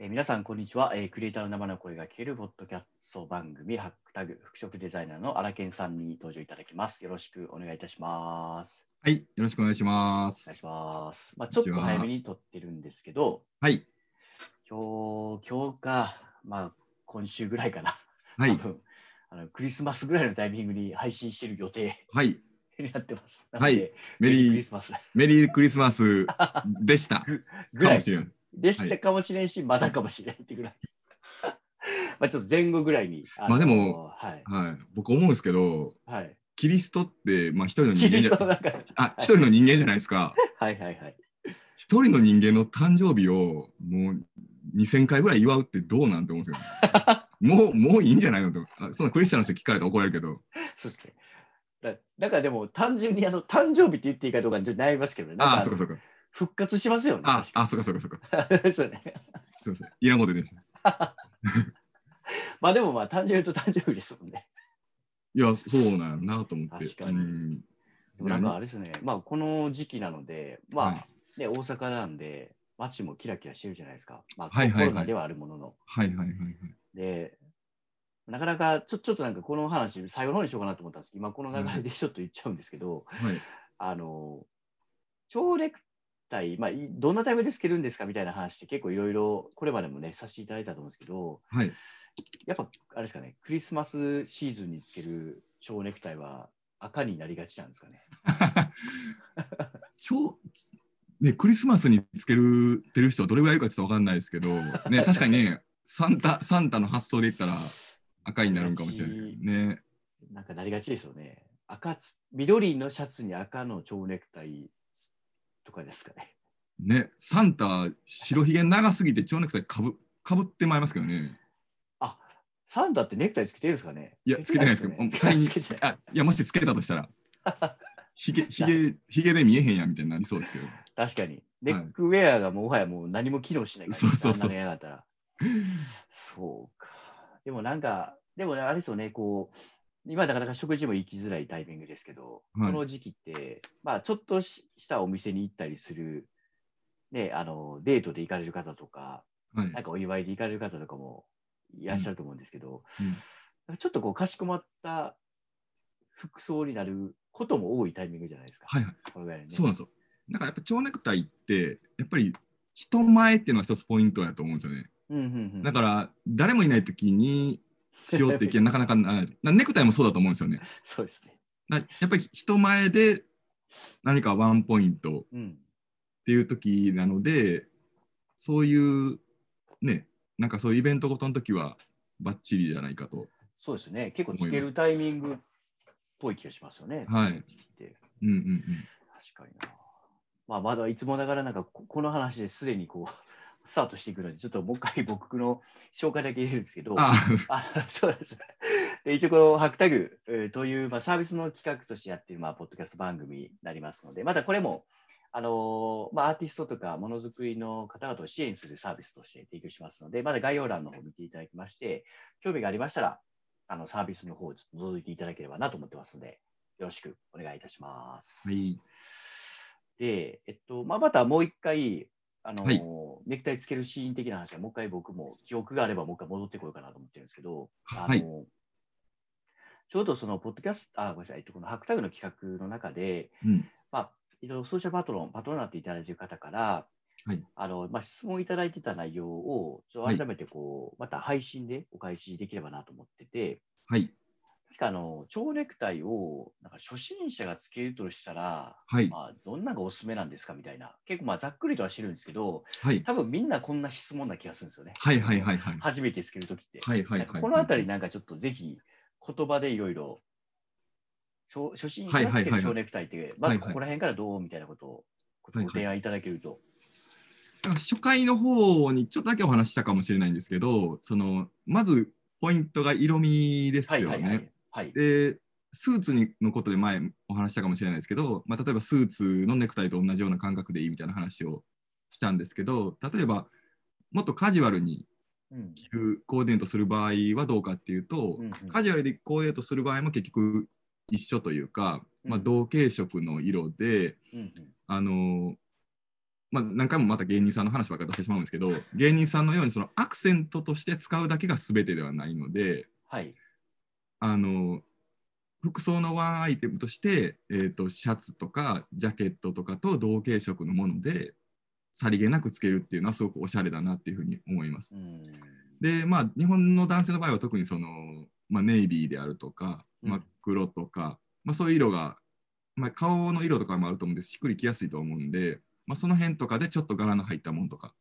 にちは、えークリエイターの生の声が聞けるポッドキャスト番組、ハックタグ、服飾デザイナーの荒研さんに登場いただきます。よろしくお願いいたします。はい、よろしくお願いしまお願いす。します。まあ、ちこょんっにちとは早めに撮ってるんですけど、はい、今日、今日か、まあ、今週ぐらいかな。は多い、分あのクリスマスぐらいのタイミングに配信してる予定はい、になってます。はいなので。メメリークリリー、スマスメリークリスマスでした。か ぐらもいしれん。でしたかもしれんし、まだかもしれんってぐらい。 まあちょっと前後ぐらいに。のまあでも、はい。はい、僕思うんですけど、はい。キリストって、まあ、一人の人キ間リじ ストゃ、の中で。あ、一人の人間じゃないですか。はいはいはい。一人の人間の誕生日を、もう。2000回ぐらい祝うってどうなんて思うんですよ。もう、もういいんじゃないのと。あそのクリスチャンの人聞かれたら怒られるけど。そうですね。だだからでも、単純にあの誕生日って言っていいかどうかにちょっと悩みますけどね。ああ、なんそっかかそっか。復活しますよね。ああ、そっかそっかそっか。確かに そうね。すいません。いらんこと言ってました。まあでもまあ誕生日と誕生日ですもんね。いや、そうなんやなと思って。確かにうんでもなんかあれですね。まあこの時期なので、まあ、はいね、大阪なんで、街もキラキラしてるじゃないですか。まあ、はいはいはいコロナではあるものの。はいはいはいはい。で、なかなかちょちょっとなんかこの話、最後の方にしようかなと思ったんですけど、今この流れでちょっと言っちゃうんですけど、はい。あの、蝶ネクタイ、まあ、いどんなタイムでつけるんですかみたいな話って結構いろいろこれまでもね、させていただいたと思うんですけど、はい。やっぱあれですかね、クリスマスシーズンにつける蝶ネクタイは赤になりがちなんですかね。 超ね、クリスマスにつけるてる人はどれぐらいいるかちょっと分かんないですけど、ね、確かにね、サンタ、サンタの発想で言ったら赤になるんかもしれないね。なんかなりがちですよね。赤つ、緑のシャツに赤の蝶ネクタイとかですかね。ね、サンタ、白ひげ長すぎて蝶ネクタイかぶかぶってまいりますけどね。あ、サンタってネクタイつけてるんですかねいや、つけてないですけど、つけ仮 につけてないあ、いや、もしつけたとしたら、ひ げ、ひげ、ひげで見えへんやんみたいになりそうですけど。確かに。ネックウェアがもはやもう何も機能しないから、そうそうあそうんなのやがったら。そうか。でもなんか、でもねあれですよね、こう、今なかなか食事も行きづらいタイミングですけど、はいこの時期って、まあちょっとししたお店に行ったりする、ね、あの、デートで行かれる方とか、はいなん。かお祝いで行かれる方とかもいらっしゃると思うんですけど、うんちょっとこう、かしこまった服装になることも多いタイミングじゃないですか。はいはい。このぐらいねそうなんですよ。だからやっぱ蝶ネクタイって、やっぱり人前っていうのは一つポイントやと思うんですよね。うんうんうんだから誰もいない時にしようっていう意見なかなかならない。なネクタイもそうだと思うんですよね。そうですね。なやっぱり人前で何かワンポイントっうん。ていう時なので、そういうね、なんかそういうイベントごとの時はバッチリじゃないかと。そうですね。結構思いまつすけるタイミングっぽい気がしますよね。はこのい時期ってうんうんうん。確かにな。まあ、まだいつもながらなんかこ、この話ですでにこう、スタートしていくので、ちょっともう一回僕の紹介だけ入れるんですけど、あ、あ そうです。で一応、このハックタグえーという、まあ、サービスの企画としてやっている、まあ、ポッドキャスト番組になりますので、またこれも、あのーまあ、アーティストとかものづくりの方々を支援するサービスとして提供しますので、まだ概要欄の方を見ていただきまして、興味がありましたら、あのサービスの方をちょっと覗いていただければなと思ってますので、よろしくお願いいたします。はい。で、えっと、まあ、またもう一回、あのーはいネクタイつけるシーン的な話は、もう一回僕も記憶があれば、もう一回戻ってこようかなと思ってるんですけど、あのーはいちょうどその、ポッドキャスト、あ、ごめんなさい、えっとこのハックタグの企画の中で、うん。まあ、いろいろソーシャルパトロン、パトロンになっていただいている方から、はいあのまあ、質問いただいてた内容を、ちょっと改めてこう、また配信でお返しできればなと思ってて、はい。確かあの、蝶ネクタイを、なんか初心者がつけるとしたら、はい。まあ、どんなのがおすすめなんですかみたいな、結構まあざっくりとはしてるんですけど、はい。多分みんなこんな質問な気がするんですよね。はいはいはいはい。初めてつけるときって。はいはいなんはかい。このあたりなんかちょっとぜひ言葉でいろいろ、しょ初心者はいがはついけはるいはい蝶ネクタイって、まずはいはこいこら辺からどうみたいなことをはいはごい提案いただけると。だから初回の方にちょっとだけお話ししたかもしれないんですけど、そのまずポイントが色味ですはいよね。はいはい。はい、で、スーツにのことで前お話ししたかもしれないですけど、まあ、例えばスーツのネクタイと同じような感覚でいいみたいな話をしたんですけど、例えばもっとカジュアルにうん着るコーディネートする場合はどうかっていうと、うんうんカジュアルでコーディネートする場合も結局一緒というか、まあ、うん同系色の色で、うんうんあのまあ、何回もまた芸人さんの話ばっかり出してしまうんですけど芸人さんのようにそのアクセントとして使うだけが全てではないのではい。あの服装のワンアイテムとして、えー、とシャツとかジャケットとかと同系色のものでさりげなくつけるっていうのはすごくおしゃれだなっていうふうに思いますう。ん。でまあ日本の男性の場合は特にその、まあ、ネイビーであるとかうん真っ黒とか、まあ、そういう色が、まあ、顔の色とかもあると思うんですしっくりきやすいと思うんで、まあ、その辺とかでちょっと柄の入ったものとか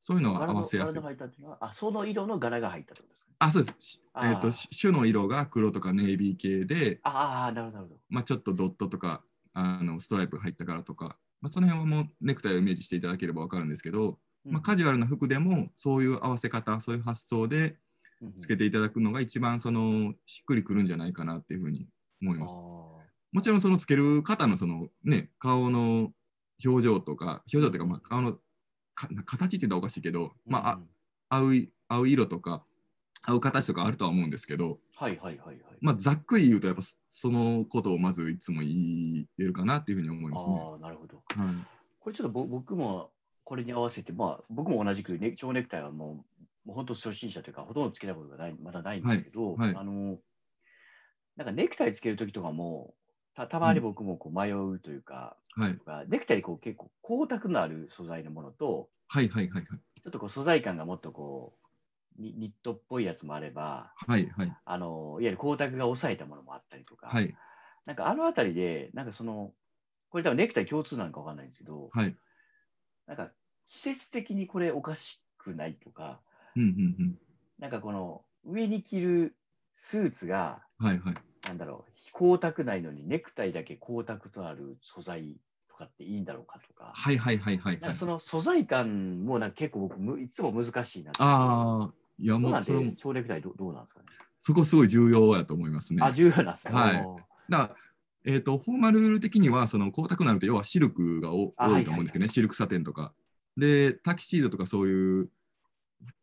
そういうのは合わせやすい柄の柄の。入ったっていうのは、あ、その色の柄が入ったってことですかね。あそうです、しえあーー、とし種の色が黒とかネイビー系で、ああ、なるほど、なるほど。まあ、ちょっとドットとかあのストライプが入った柄とか、まあ、その辺はもうネクタイをイメージしていただければ分かるんですけど、まあ、カジュアルな服でもそういう合わせ方そういう発想でうんつけていただくのが一番そのしっくりくるんじゃないかなっていうふうに思いあます。ーもちろんそのつける方のそのね顔の表情とか表情というかまあ顔のか形って言ったらおかしいけど、まあうあん合う合う色とか合う形とかあるとは思うんですけど、はいはいはいはい。まあ、ざっくり言うとやっぱそそのことをまずいつも言えるかなっていうふうに思いますね。ああ、なるほど。はいこれちょっとぼ僕もこれに合わせて、まあ、僕も同じく、ね、蝶ネクタイはもうもう本当初心者というかほとんどつけたことがないまだないんですけど、はいはいあのなんかネクタイつけるときとかもたたまに僕もこう迷うというか、はいネクタイこう結構光沢のある素材のものとはいはいはいちょっとこう素材感がもっとこうニニットっぽいやつもあればはいはいあのいわゆる光沢が抑えたものもあったりとか、はいなんかあのあたりで、なんかその、これ多分ネクタイ共通なのかわかんないんですけど、はいなんか季節的にこれおかしくないとか、うんうんなんかこの上に着るスーツが、うんはいはいなんだろう、光沢ないのにネクタイだけ光沢とある素材とかっていいんだろうかとか、はいはいはいはなんいはいかその素材感もなんか結構僕む、いつも難しいなあ。ああいやそうもなんうそれもで、蝶ネクタイどどうなんですかね。そこすごい重要やと思いますね。あ、重要なんですね。はいおーだからえー、とフォーマルルール的にはその光沢のあると要はシルクがおあ多いと思うんですけどね、シルクサテンとかでタキシードとかそういう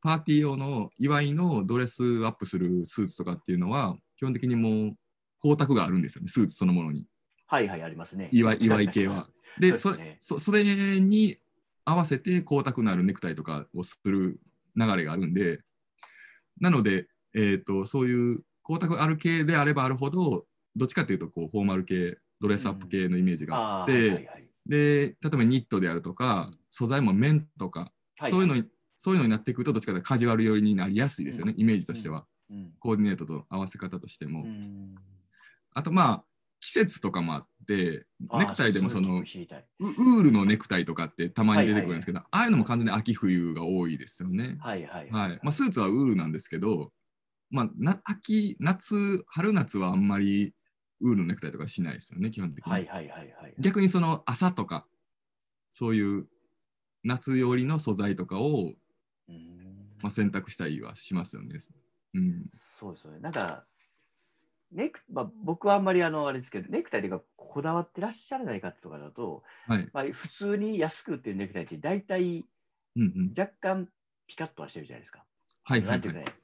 パーティー用の祝いのドレスアップするスーツとかっていうのは基本的にもう光沢があるんですよねスーツそのものにはいはい、ありますね。祝い祝い系は。でそそうですれねそそれに合わせて光沢のあるネクタイとかをする流れがあるんでなので、えー、とそういう光沢ある系であればあるほどどっちかというとこうフォーマル系ドレスアップ系のイメージがああっあー、て、はいはいはい。で例えばニットであるとか素材も綿とか、はそういうのにそういうのになってくるとどっちかというとカジュアル寄りになりやすいですよね、イメージとしては、うんコーディネートと合わせ方としても、うんあとまあ季節とかもあってあーネクタイでもそのういう聞き知りたいうウールのネクタイとかってたまに出てくるんですけど、ああいうのも完全に秋冬が多いですよね。はいはいはいまあ、スーツはウールなんですけど、まあ、な秋夏春夏はあんまりウールのネクタイとかしないですよね基本的に、はいはいはいはい。逆にその朝とかそういう夏寄りの素材とかを、うんまあ、選択したりはしますよね。うん、そうですよね。なんか、ネクまあ、僕はあんまりあのあれですけど、ネクタイというか、こだわってらっしゃらない方とかだと、はい、まあ、普通に安く売ってるネクタイって、大体うんうん、若干ピカッとはしてるじゃないですか。はいはないんてはいいうかね、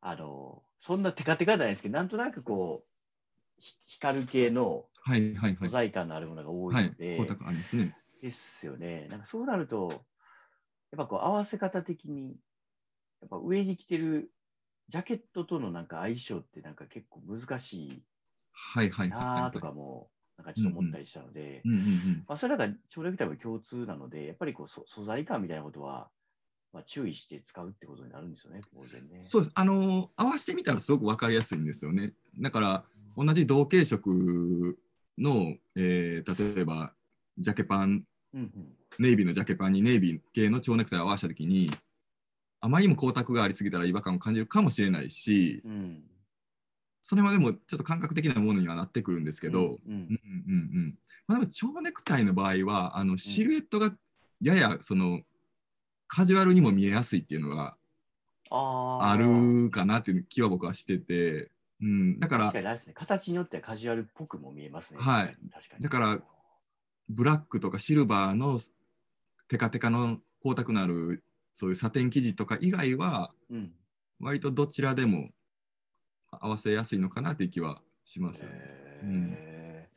あの、そんなテカテカじゃないですけど、なんとなくこう、ひ光る系のはいはいは素い材感のあるものが多いはいので、光沢ありますね。ですよね。なんかそうなると、やっぱこう合わせ方的に、やっぱ上に着てるジャケットとのなんか相性ってなんか結構難しいはいはいはいはいなはあいとかも、なんかちょっと思ったりしたので、うんうんうんまあ、それなんか長ネクタイも共通なので、やっぱりこうそ素材感みたいなことは、まあ、注意して使うってことになるんですよね、当然ね。そうです。あのー合わせてみたらすごく分かりやすいんですよね。だから同じ同系色の、えー例えばジャケパンうんうんネイビーのジャケパンにネイビー系の蝶ネクタイを合わせた時にあまりにも光沢がありすぎたら違和感を感じるかもしれないしうん。それはでもちょっと感覚的なものにはなってくるんですけど、うんうんうんうんうんまあ、でも蝶ネクタイの場合はあのシルエットがややそのカジュアルにも見えやすいっていうのがああ。あるかなっていう気は僕はしてて、うん、だから確かにあれですね。形によってはカジュアルっぽくも見えますね。はい。確かに。だからブラックとかシルバーのテカテカの光沢のあるそういうサテン生地とか以外はうん。割とどちらでも合わせやすいのかなっていう気はしますよね。へー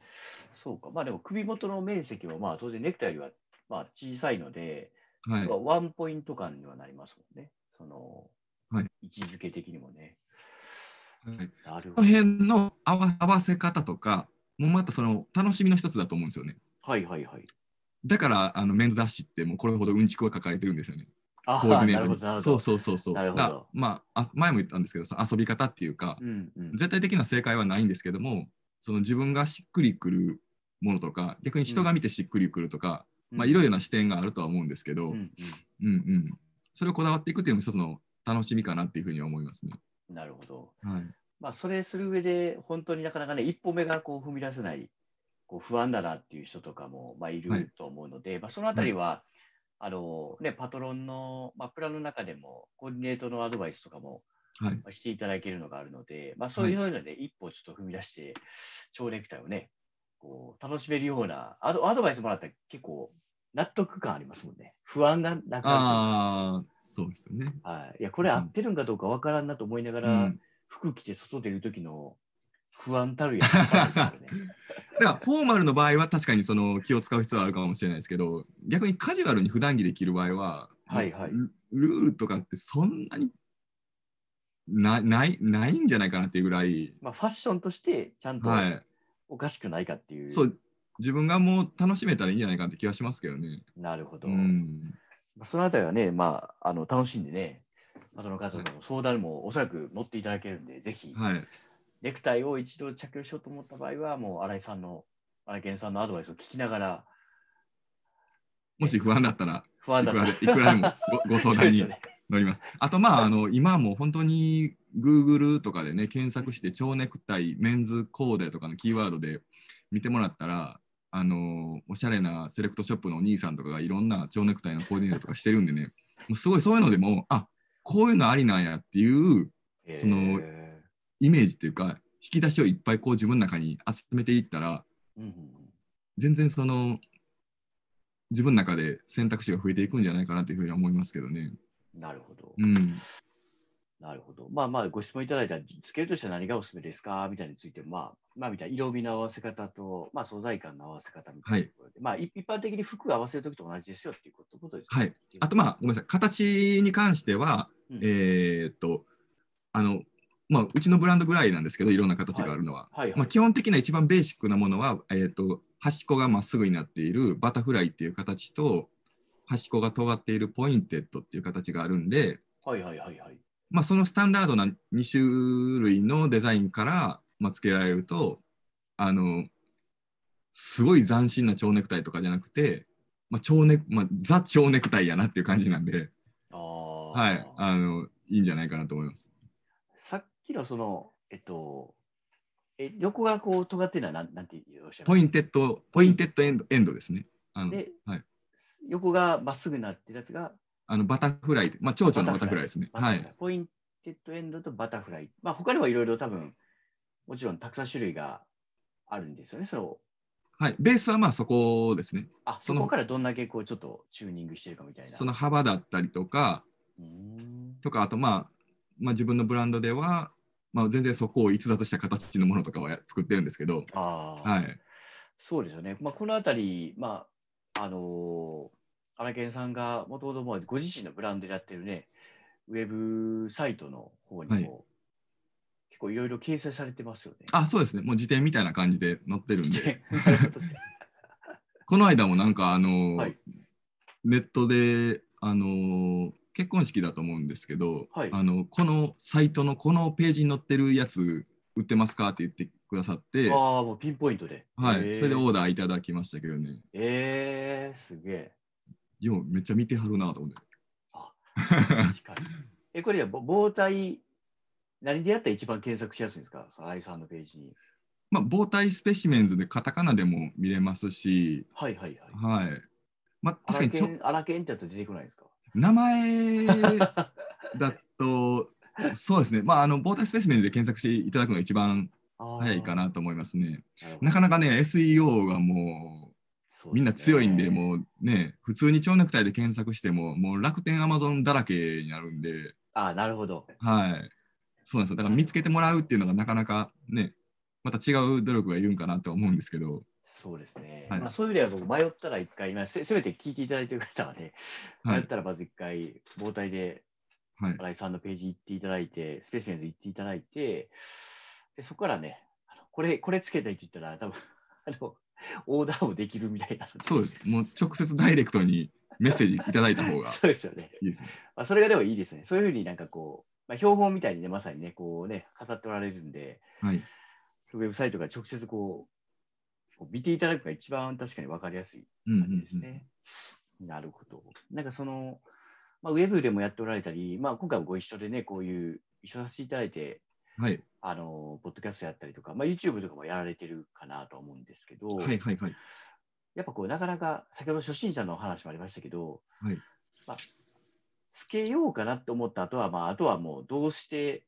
そうか、まあでも首元の面積もまあ当然ネクタイよりはまあ、小さいので、はい。ワンポイント感にはなりますもんね。その、はい位置づけ的にもね。はいなるほこのど。辺の合わ合わせ方とか、もうまたその楽しみの一つだと思うんですよね。はいはいはい。だから、あのメンズ雑誌って、もうこれほどうんちくを抱えてるんですよね。あコーディなネるートほにど、なるほそうど。そうそうそう。なるほどだからまああ、前も言ったんですけど、その遊び方っていうか、うんうん。絶対的な正解はないんですけども、その自分がしっくりくるものとか、逆に人が見てしっくりくるとか、まあいろいろな視点があるとは思うんですけど、ううんうんんうん。それをこだわっていくっていうのも一つの楽しみかなっていうふうに思いますね。うんなるほど。はい。まあ、それする上で、本当になかなかね、一歩目がこう踏み出せない、こう不安だなっていう人とかも、まあ、いはいると思うので、まあ、そのあたりは、あのね、パトロンの、まあ、プランの中でも、コーディネートのアドバイスとかもはい。まあしていただけるのがあるので、まあ、そういうので、一歩ちょっと踏み出して、蝶ネクタイをね、こう楽しめるようなアド、アドバイスもらったら結構納得感ありますもんね。不安がなくなるああ、そうですよね。というかはい、いやこれ合ってるんかどうかわからんなと思いながうら、ん。服着て外出る時の不安たるやつです よね。だからフォーマルの場合は確かにその気を使う必要はあるかもしれないですけど逆にカジュアルに普段着で着る場合は、はいはいルルールとかってそんなになないないんじゃないかなっていうぐらい、まあファッションとしてちゃんとはおかしくないかっていう。い、そう自分がもう楽しめたらいいんじゃないかなって気はしますけどね。なるほど。うん、まあそのあたりはね、まあ、あの楽しんでね、あとの方の相談もおそらく乗っていただけるんで、ぜひ、はい、ネクタイを一度着用しようと思った場合は、もう新井さんの、荒井健さんのアドバイスを聞きながら、もし不安だったら不安いだくっらたでいくらでも ごご相そう談でにすよね乗ります。あと、まあ、あの今はもう本当に Google とかでね、検索して、蝶ネクタイ、メンズコーデとかのキーワードで見てもらったら、あのおしゃれなセレクトショップのお兄さんとかがいろんな蝶ネクタイのコーディネートとかしてるんでね、もうすごいそういうのでも、あこういうのありなんやっていうそのえイメージっていうか、引き出しをいっぱいこう自分の中に集めていったら、ーうんうんうん全然その、自分の中で選択肢が増えていくんじゃないかなというふうに思いますけどね。なるほど。うん。なるほど。まあまあ、ご質問いただいた、つけるとしては何がおすすめですかみたいについて、まあ、まあ、みたいな色味の合わせ方と、まあ、素材感の合わせ方みたいなところで、まあ、い一般的に服を合わせるときと同じですよっていうことことですね。はい。あとまあごめんなさい形に関しては、うんえーっとあのまあうちのブランドぐらいなんですけどいろんな形があるのは、はい、はい。まあ、基本的な一番ベーシックなものは、えーっと端っこがまっすぐになっているバタフライっていう形と端っこが尖っているポインテッドっていう形があるんで、はいはいはいはい。まあ、そのスタンダードな2種類のデザインから、まあ、付けられるとあのすごい斬新な蝶ネクタイとかじゃなくて、まあ蝶ネまあ、ザ蝶ネクタイやなっていう感じなんで。ああ。はい、あの、いいんじゃないかなと思います。さっきのその、えっと、え、横がこう尖ってるのはなん、なんておっしゃいまポイしンテッド、ポインテッドエンドエンドですね。あたの、で、はい横がまっすぐなってるやつが、あのバタフライ、まあ、蝶々のバタフライですね。バタはフライい。ポインテッドエンドとバタフライ。まあ、他にもいろいろ多分、もちろんたくさん種類があるんですよね。そのはい。ベースはまあそこですね。あそそのこからどんだけこうちょっとチューニングしてるかみたいな。その幅だったりとか、うーんとか、あとまあ、まあ自分のブランドでは、まあ全然そこを逸脱した形のものとかはや作ってるんですけど、ああ、はい。そうですよね。まあ、このあたり、まあ、あのー、荒研さんがもともともうご自身のブランドでやってるね、ウェブサイトの方にも、はい結構いろいろ掲載されてますよね。あ、そうですね。もう辞典みたいな感じで載ってるんで、はこの間もなんかあの、はいネットで、あのー結婚式だと思うんですけど、はいあのこのサイトのこのページに載ってるやつ売ってますかって言ってくださって、 い、はああ、もうピンポイントで。い、それでオえーーダーいただきましたけどね、えー、すげ え。ようめっちゃ見てはるなと思って。確かに。え、これじゃあぼ膨体、何でやったら一番検索しやすいんですか新井さんのページに。まあ、防体スペシメンズでカタカナでも見れますし、はいはいはい。はいまあ、荒確かにちょ研、荒研ってやったら出てこないですか名前だと、 そうですね、まあ、あの防体スペシメンズで検索していただくのが一番早いかな。なと思いますね。るほどなかなかね、SEO がもうそうですねみんな強いんで、もうね、普通に蝶ネクタイで検索しても、もう楽天、アマゾンだらけになるんで、ああ、なるほど。はい。そうなんですよ。だから見つけてもらうっていうのがなかなかね、また違う努力がいるんかなと思うんですけど、そうですね。はいまあ、そういう意味では僕、迷ったら一回、まあせ、せめて聞いていただいてる方はね、は迷いったらまず一回、膨体ではい新井さんのページ行っていただいて、スペースメンズ行っていただいて、でそこからね、あのこれ、これつけたいって言ったら、多分あの、オーダーもできるみたいなのそうです。もう直接ダイレクトにメッセージいただいた方がそうですよね。いいですね。まあ、それがでもいいですね。そういうふうになんかこう、まあ、標本みたいにね、まさにね、こうね、飾っておられるんで、はい。ウェブサイトから直接こう、こう見ていただくのが一番確かに分かりやすいうんうん感じですね。なるほど。なんかその、まあ、ウェブでもやっておられたり、まあ、今回もご一緒でね、こういう、一緒させていただいて、うんはい。あの、ポッドキャストやったりとか、まあ、YouTube とかもやられてるかなとは思うんですけど、はいはいはい。やっぱこう、なかなか、先ほど初心者の話もありましたけど、はいまあ、つけようかなと思った後は、まあ、あとはもう、どうして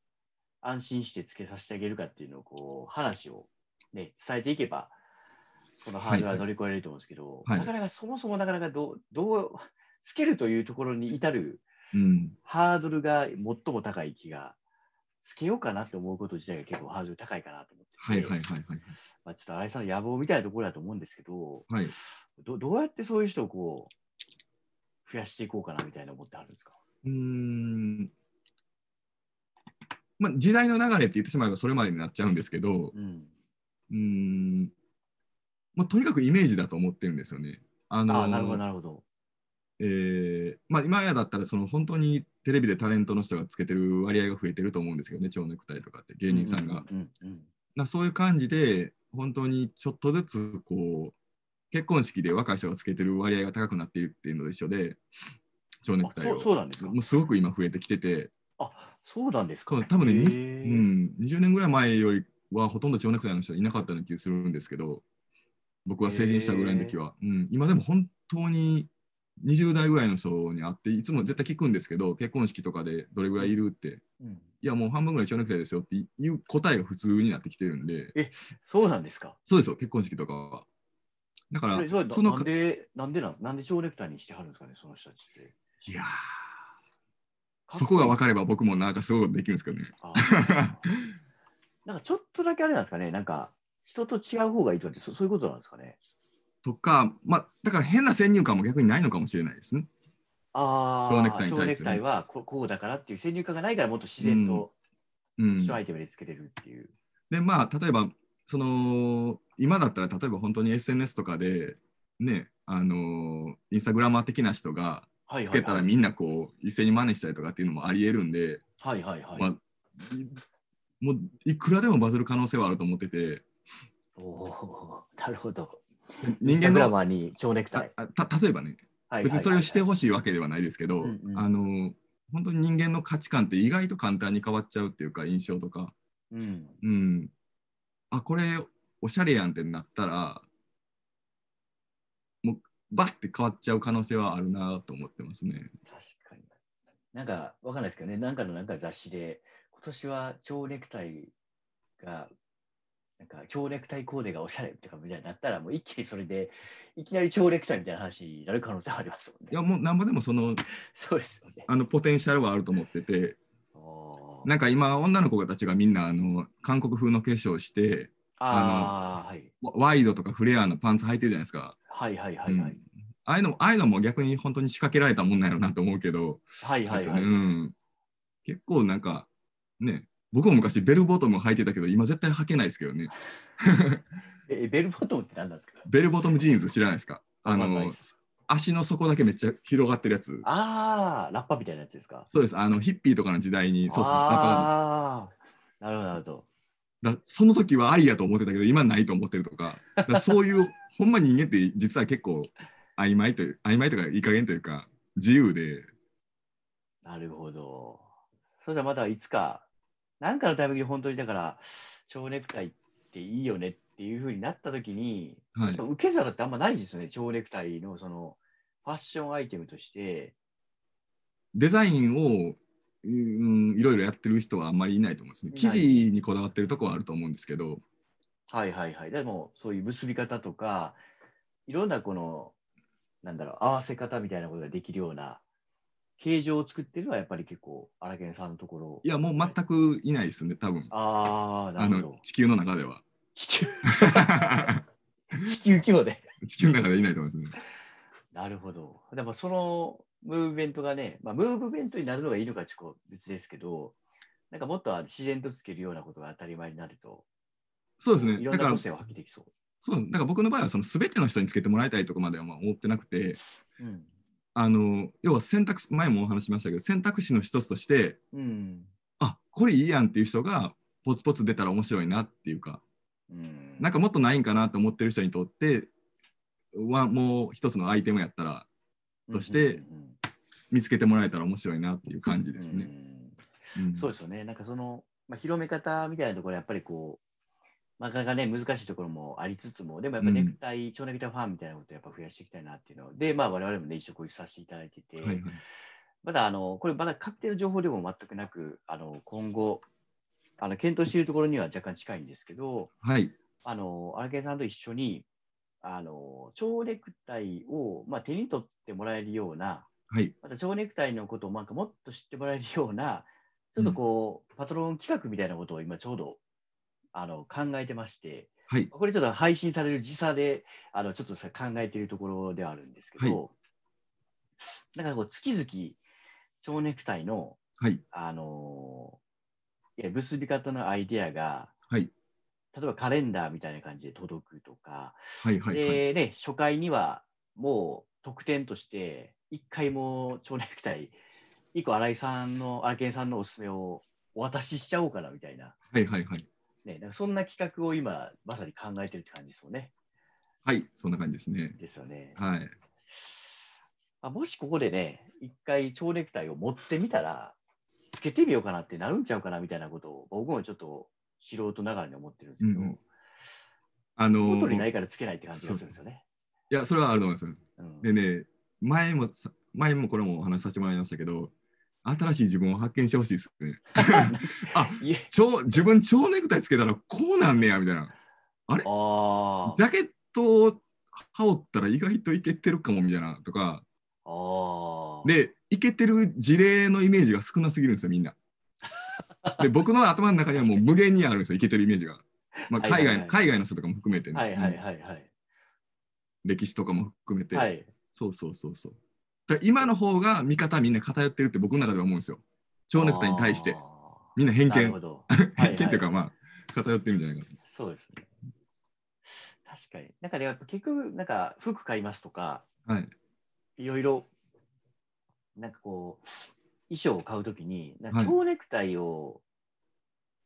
安心してつけさせてあげるかっていうのを、こう、話を、ね、伝えていけば、そのハードルは乗り越えれると思うんですけど、はいはいはいなかなかそもそもなかなかどう、どう、つけるというところに至るうん。ハードルが最も高い気が、つけようかなって思うこと自体が結構ハードル高いかなと思ってて、はいはいはいはい。まあ、ちょっと新井さんの野望みたいなところだと思うんですけど、はい。どどうやってそういう人をこう増やしていこうかなみたいな思ってあるんですかうーん。まあ、時代の流れって言ってしまえばそれまでになっちゃうんですけど、うん。うーん。まあ、とにかくイメージだと思ってるんですよね。あのああ、なるほど、なるほど。えーまあ、今やだったらその本当にテレビでタレントの人がつけてる割合が増えてると思うんですけどね蝶ネクタイとかって芸人さんが、うんうんうんなそういう感じで本当にちょっとずつこう結婚式で若い人がつけてる割合が高くなっているっていうのと一緒で蝶ネあクタイそうそをうなんですかもうすごく今増えてきてて、あそうなんですかそう多分ねにうへえん、20年ぐらい前よりはほとんど蝶ネクタイの人いなかったような気がするんですけど僕は成人したぐらいの時は、うん、今でも本当に20代ぐらいの人に会っていつも絶対聞くんですけど結婚式とかでどれぐらいいるってうんいやもう半分ぐらい蝶ネクタイですよっていう答えが普通になってきてるんでそうなんですかそうですよ結婚式とかはだからそれそれなそのなんで、なんでなんなんで蝶ネクタイにしてはるんですかね、その人たちって。いやーそこが分かれば僕もなんかすごいことできるんですけどねあ なんかちょっとだけあれなんですかね、なんか人と違う方がいいとかって、そそういうことなんですかね。とかまあだから変な先入観も逆にないのかもしれないですねああ、蝶ネクタイに対する蝶ネクタイはここうだからっていう先入観がないから、もっと自然とうん人アイテムにつけれるっていう。でまあ例えばその今だったら例えば本当に SNS とかでねあのインスタグラマー的な人がはいつはいけたはらい。みんなこう一斉に真似したりとかっていうのもありえるんで、はいはいはい。まあいもういくらでもバズる可能性はあると思ってておおー、なるほど。人間グラのマーに蝶ネクタあイ。あた例えばねはい別にそれをしてしいほしいわけではないですけど、うんうんあの本当に人間の価値観って意外と簡単に変わっちゃうっていうか印象とか、はいはい。うん。うん、あこれおしゃれやんってなったらもうバッて変わっちゃう可能性はあるなと思ってますね。確かに。なんか、わかんないですけどね、なんかのなんか雑誌で、今年は蝶ネクタイが、なんか、蝶ネクタイコーデがおしゃれとかみたいになったら、もう一気にそれで、いきなり蝶ネクタイみたいな話になる可能性はありますもんいね。やもうなんぼでもそのそうですよね。あのポテンシャルはあると思ってておーなんか今女の子たちがみんなあの韓国風の化粧してああ、はい。ワワイドとかフレアのパンツ履いてるじゃないですか。はいはいはいはういん。ああいうのもああいうのも逆に本当に仕掛けられたもんなんやろなと思うけど、はいはいですよはい。ねうん、結構なんかね僕も昔ベルボトム履いてたけど今絶対履けないですけどね。え、ベルボトムって何なんですかベルボトムジーンズ知らないですかあわかんないのです足の底だけめっちゃ広がってるやつああ、ラッパみたいなやつですかそうですあのヒッピーとかの時代にそうそうラッパーああ、なるほど、なるほど。がだその時はありやと思ってたけど今ないと思ってるとかだからそういう ほんま人間って実は結構曖昧という曖昧というかいい加減というか自由でなるほど。それじゃまだいつか、なんかのタイミングで本当にだから、蝶ネクタイっていいよねっていう風になった時に、はい受け皿ってあんまないですよね、蝶ネクタイのそのファッションアイテムとして。デザインをうんいろいろやってる人はあんまりいないと思うんですね。い生ない地にこだわってるとこはあると思うんですけど、はいはいはい。でも、そういう結び方とか、いろんなこの、なんだろう、合わせ方みたいなことができるような形状を作ってるのは、やっぱり結構、荒研さんのところ。いやもう全くいないですね、多分ああ、なあるほのど。地球の中では。地球 地球規模で。 地球の中でいないと思いますね。なるほど。でもそのムーブメントがね、まあ、ムーブメントになるのがいいのかちょっと別ですけど、なんかもっと自然とつけるようなことが当たり前になると、そうですいね。ろんだかなら個、性を発揮できそそうだから僕の場合はその全ての人につけてもらいたいとかまではまあ思ってなくて、う。うん。あの要は選択肢前もお話ししましたけど選択肢の一つとしてうん。あこれいいやんっていう人がポツポツ出たら面白いなっていうかうん、なんかもっとないんかなと思ってる人にとってはもう一つのアイテムやったらとしてうんうんうん見つけてもらえたら面白いなっていう感じうんですね。うんそううですよね。なんかその、まあ、広め方みたいなところ、やっぱりこう、なかなかね、難しいところもありつつも、でもやっぱうんネクタイ、蝶ネクタイファンみたいなことをやっぱ増やしていきたいなっていうので、まあ我々もね、一応こういうさせていただいてて、んはいはいまだあの、これまだ確定の情報でも全くなく、あの、今後、あの、検討しているところには若干近いんですけど、はいあの、荒木さんと一緒に、あの、蝶ネクタイを、まあ、手に取ってもらえるような、はいまた蝶ネクタイのことをなんかもっと知ってもらえるような、ちょっとこう、パトロン企画みたいなことを今ちょうどあの考えてまして、はいこれちょっと配信される時差で、あのちょっとさ考えているところではあるんですけど、なんかこう、月々、蝶ネクタイの、はいあのいや結び方のアイデアが、はい例えばカレンダーみたいな感じで届くとか、はいはいはいでね、初回にはもう特典として、一回も蝶ネクタイ、一個新井さんの、荒研さんのおすすめをお渡ししちゃおうかなみたいな、はいはいはいね、なんかそんな企画を今、まさに考えてるって感じですよね。はいそんな感じですね。ですよね。はいあもしここでね、一回蝶ネクタイを持ってみたら、つけてみようかなってなるんちゃうかなみたいなことを、僕もちょっと素人ながらに思ってるんですけど、うんう本んあの当にないいからつけないって感じがするんですよね。やそれはあると思いますよ。うんでね、前もさ、前もこれもお話しさせてもらいましたけど、新しい自分を発見してほしいです ね。いえ超自分、蝶ネクタイつけたらこうなんねやみたいな。あジャケットを羽織ったら意外といけてるかもみたいなとか、あ。ああ。で、いけてる事例のイメージが少なすぎるんです よ、みんな。で、僕の頭の中にはもう無限にあるんですよ、いけてるイメージが。まあ、はいはいは海い外の海外の人とかも含めてね、はいはいはいはい。歴史とかも含めて、はい。そうそうそうそう。だから今の方が見方みんな偏ってるって僕の中では思うんですよ。蝶ネクタイに対してあ。みんな偏ー。なる見ほ。ど。はいはい偏見っていうか、まあ、偏ってるんじゃないかと。そうですね。確かに。なんかでやっぱ結局、なんか服買いますとか、はい。いろいろ、なんかこう、衣装を買うときに、なんはかい蝶ネクタイを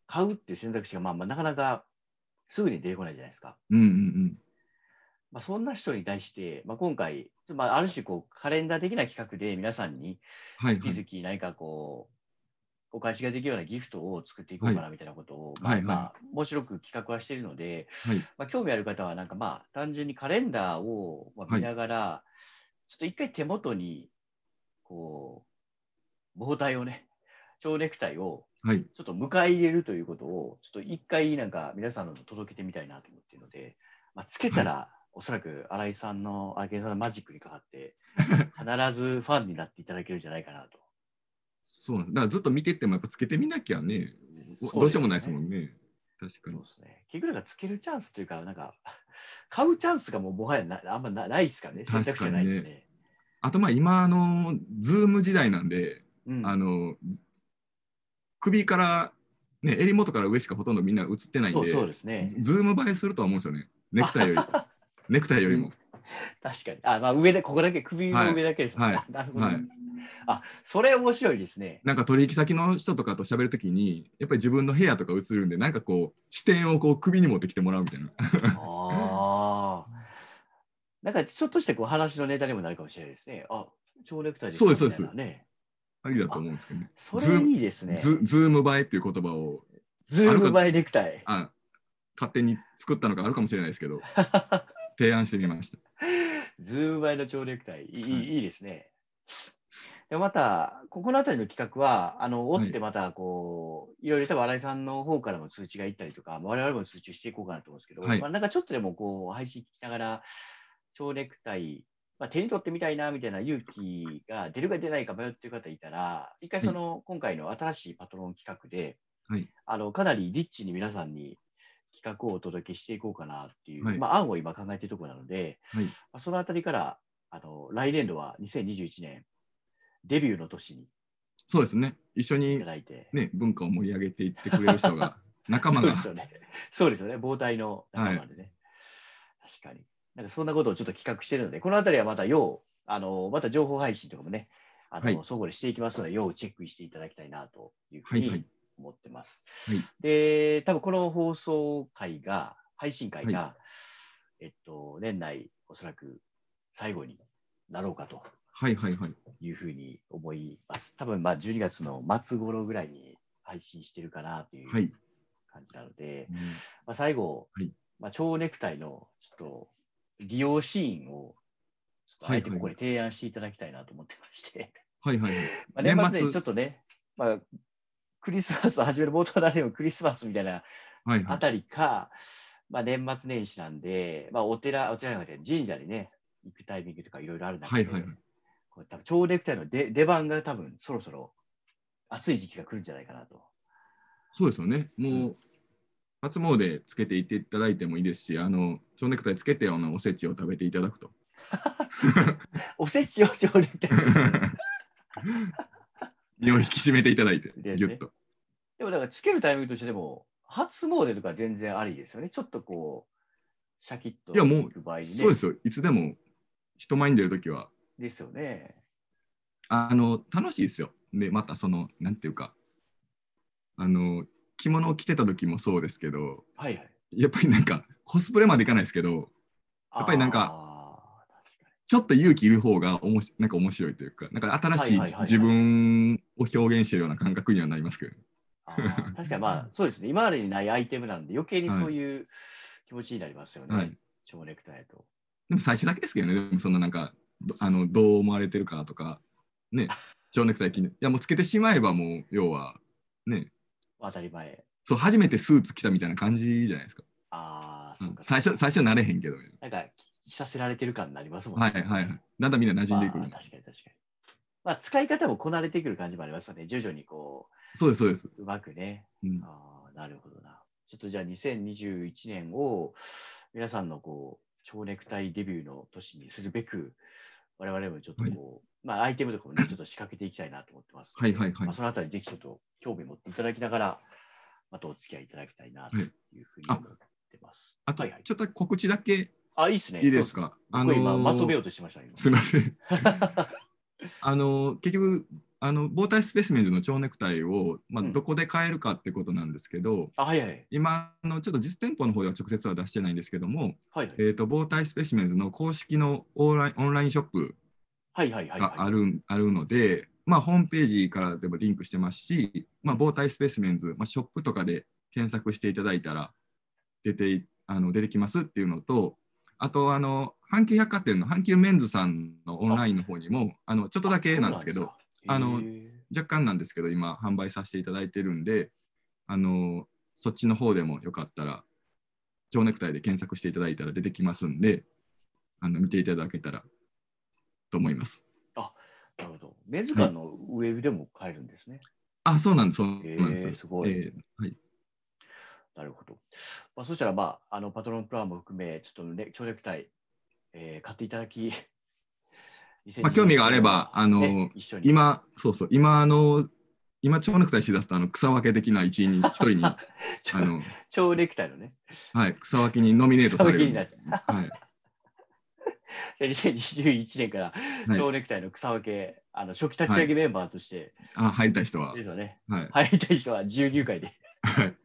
買うっていう選択肢が、まあまあ、なかなかすぐに出てこないじゃないですか。うんうんまあ、そんな人に対して、まあ、今回、まあ、ある種こう、カレンダー的な企画で皆さんに、うん。はい、は月い。々何かこう、お返しができるようなギフトを作っていこうかなみたいなことを、はいまあ、はいまあ、面白く企画はしているので、はいまあ、興味ある方は、なんかまあ、単純にカレンダーをまあはい見ながら、ちょっと一回手元に、こう、帽体をね、蝶ネクタイをはい。ちょっと迎え入れるということを、ちょっと一回なんか皆さんのと届けてみたいなと思っているので、まあ、つけたら、おそらく新井さんの、荒井さんのマジックにかか って、必ずファンになっていただけるんじゃないかなと。そうなんです。だからずっと見ててもやっぱつけてみなきゃね、そうどうしようもないですもね。んね。確そかうにで。すね。結局なんかつけるチャンスというか、なんか、 買うチャンスがもうもはやなあんまなないですからね。選択肢がないんで、確かあとまあ今、あの、ズーム時代なんで、うん、あの、首から、ね、襟元から上しかほとんどみんな映ってないんそうで、そうですね。ズーム映えするとは思うんですよね。ネクタ イより。ネクタイよりも。確かに。あ、まあ上で、ここだけ、首の上だけですもんね。は なるほど、はい。あ、それ面白いですね。なんか取引先の人とかと喋るときに、やっぱり自分の部屋とか映るんで、なんかこう、視点をこう首に持ってきてもらうみたいな。 ああ。なんかちょっとしたこう話のネタにもなるかもしれないですね。あ、蝶ネクタイですそうですみたいなね。ありだと思うんですけどね。それいいですね。ズズーム映えっていう言葉をズームバイネクタイ。あ勝手に作ったのがあるかもしれないですけど 提案してみました。ズーム倍の蝶ネクタイ、いい,、はいい、いですね。でまた、ここのあたりの企画は、あの追ってまたこう、い、ろいろ多分新井さんの方からも通知がいったりとか、我々も通知していこうかなと思うんですけど、はいまあ、なんかちょっとでもこう配信聞きながら、蝶ネクタイ、まあ、手に取ってみたいなみたいな勇気が出るか出ないか迷ってる方いたら、一回その、今回の新しいパトロン企画で、はいあのかなりリッチに皆さんに企画をお届けしていこうかなっていう、はいまあ、案を今考えているところなので、はいまあ、そのあたりからあの来年度は2021年デビューの年にそうですね。一緒いにた、だいて、ね、文化を盛り上げていってくれる人 が、仲間そうがで。すよね。そうですよね。防体の仲間でね。確かに。なんかそんなことをちょっと企画してるので、このあたりはまた要、あの、また情報配信とかもね、あの、はい相互でしていきますので、要チェックしていただきたいなというふうはいはにい。思ってます。はいで、多分この放送会が、配信会が、はえっと、年内おそらく最後になろうかとはいはいはい。いうふうに思います。多分まあ12月の末頃ぐらいに配信してるかなといはうい。感じなので、うんまあ、最後、はいまあ、蝶ネクタイのちょっと利用シーンを、ちょっとあえてここで提案していただきたいなと思ってま して、はいはいはい。まあ年末に年末ちょっとね、まあ、クリスマスを始める冒頭だね、クリスマスみたいなはいはあい。たりか、まあ、年末年始なんで、まあ、お寺、お寺じゃなくて神社にね、行くタイミングとかいろいろある中はいで、はいはい。こう多分蝶ネクタイの出出番が多分そろそろ暑い時期が来るんじゃないかなと。そうですよね。もう、う初詣つけていっていただいてもいいですし、あの、蝶ネクタイつけてあのおせちを食べていただくと。おせちを蝶ネクタイに身を引き締めていただいて、ですねぎゅっと。でもだからつけるタイミングとしてでも、初詣とか全然ありですよね。ちょっとこう、シャキッといやもうく場合にね。そうですよ。いつでも人前に出るときは、ですよね。あの、楽しいですよ。で、またその、なんていうか、あの、着物を着てた時もそうですけど、はいはい。やっぱりなんか、コスプレまでいかないですけど、やっぱりなんかちょっと勇気いる方がおもしなんか面白いというか、なんか新しいはいはいはいはい自分を表現してるような感覚にはなりますけど、確かにあー確かにま あ、そうですね。今までにないアイテムなんで、余計にそういう気持ちになりますよね。はい。蝶ネクタイと。でも最初だけですけどね、でもそんななんか、どあのどう思われてるかとか、ね、蝶ネクタイ着て、いやもうつけてしまえばもう、要は、ね、当たり前。そう、初めてスーツ着たみたいな感じじゃないですか。ああ、うそうんか。最初、最初は慣れへんけど、なんか、着させられてる感になりますもんはいはいはい。だんだんみんな馴染んでいくる、まあ確かに確かに。まあ、使い方もこなれてくる感じもありますよね。徐々にこそうです、そうです。う、うまくね、うん、ああ、なるほどな。ちょっとじゃあ2021年を皆さんのこう、蝶ネクタイデビューの年にするべく、我々もちょっとこう、まあアイテムとかもね、ちょっと仕掛けていきたいなと思ってます。はいはいはいまあ、。そのあたりぜひちょっと興味持っていただきながら、またお付き合いいただきたいなというふうに思ってます。あと、はいはいちょっと告知だけあ、いいですね。いいですか。そうそあうの僕今、まとめよー、うとしてました、今。すみません。あのー結局、あの防体スペースメンズの蝶ネクタイを、まあうんどこで買えるかってことなんですけど、 あ、はいはい。今あのちょっと実店舗の方では直接は出してないんですけども、はいはい。えー、と防体スペシメンズの公式のオンラインオンラインショップはいはいはいはい。がある,、あるので、まあ、ホームページからでもリンクしてますし、まあ、防体スペシメンズ、まあ、ショップとかで検索していただいたら出ていあの出てきますっていうのとあとあの阪急百貨店の阪急メンズさんのオンラインの方にもあのちょっとだけなんですけどそうなんあのですか。へえ若干なんですけど今販売させていただいてるんであのそっちの方でもよかったら蝶ネクタイで検索していただいたら出てきますんであの見ていただけたらと思いますなるほど。メンズ館のウェブでも買えるんですね。あそうなんですそうなんです、えーすごいえーはい、なるほど。まあ、そしたら、まあ、あのパトロンプランも含め、ちょっとね、蝶ネクタイ、えー買っていただき、 まあ興味があればあ のね一緒に今そうそう今あの今蝶ネクタイしだすとあの草分け的な一員に 一人にあ ちょの、蝶ネクタイのね、はい、草分けにノミネートされるんで草はいじゃあ2021年からはい蝶ネクタイの草分け、あの初期立ち上げメンバーとして、あ入りたい人はですよね、はい入りたい 人は自由入会で。はい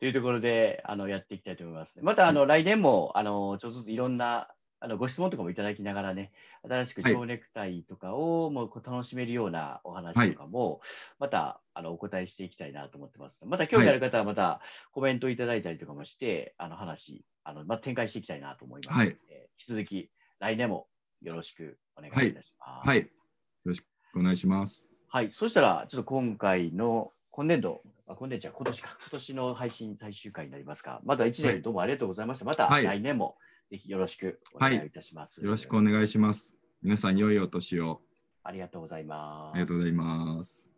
というところであのやっていきたいと思います。またあの来年もあのちょっとずついろんなあのご質問とかもいただきながらね、新しくはい蝶ネクタイとかをもうこう楽しめるようなお話とかも、またあのお答えしていきたいなと思ってます。また興味ある方はまたコメントいただいたりとかもして、あの話、あのまあ、展開していきたいなと思いますので、はい引き続き来年もよろしくお願いいたします。はいよろしくお願いしますはい、そしたら、ちょっと今回の今年度、あ今年じゃ今年か、今年の配信最終回になりますが、まだ1は年いどうもありがとうございました。またはい来年もぜひよろしくお願いいたします。よろしくお願いします皆さん良いお年をありがとうございます。ありがとうございます。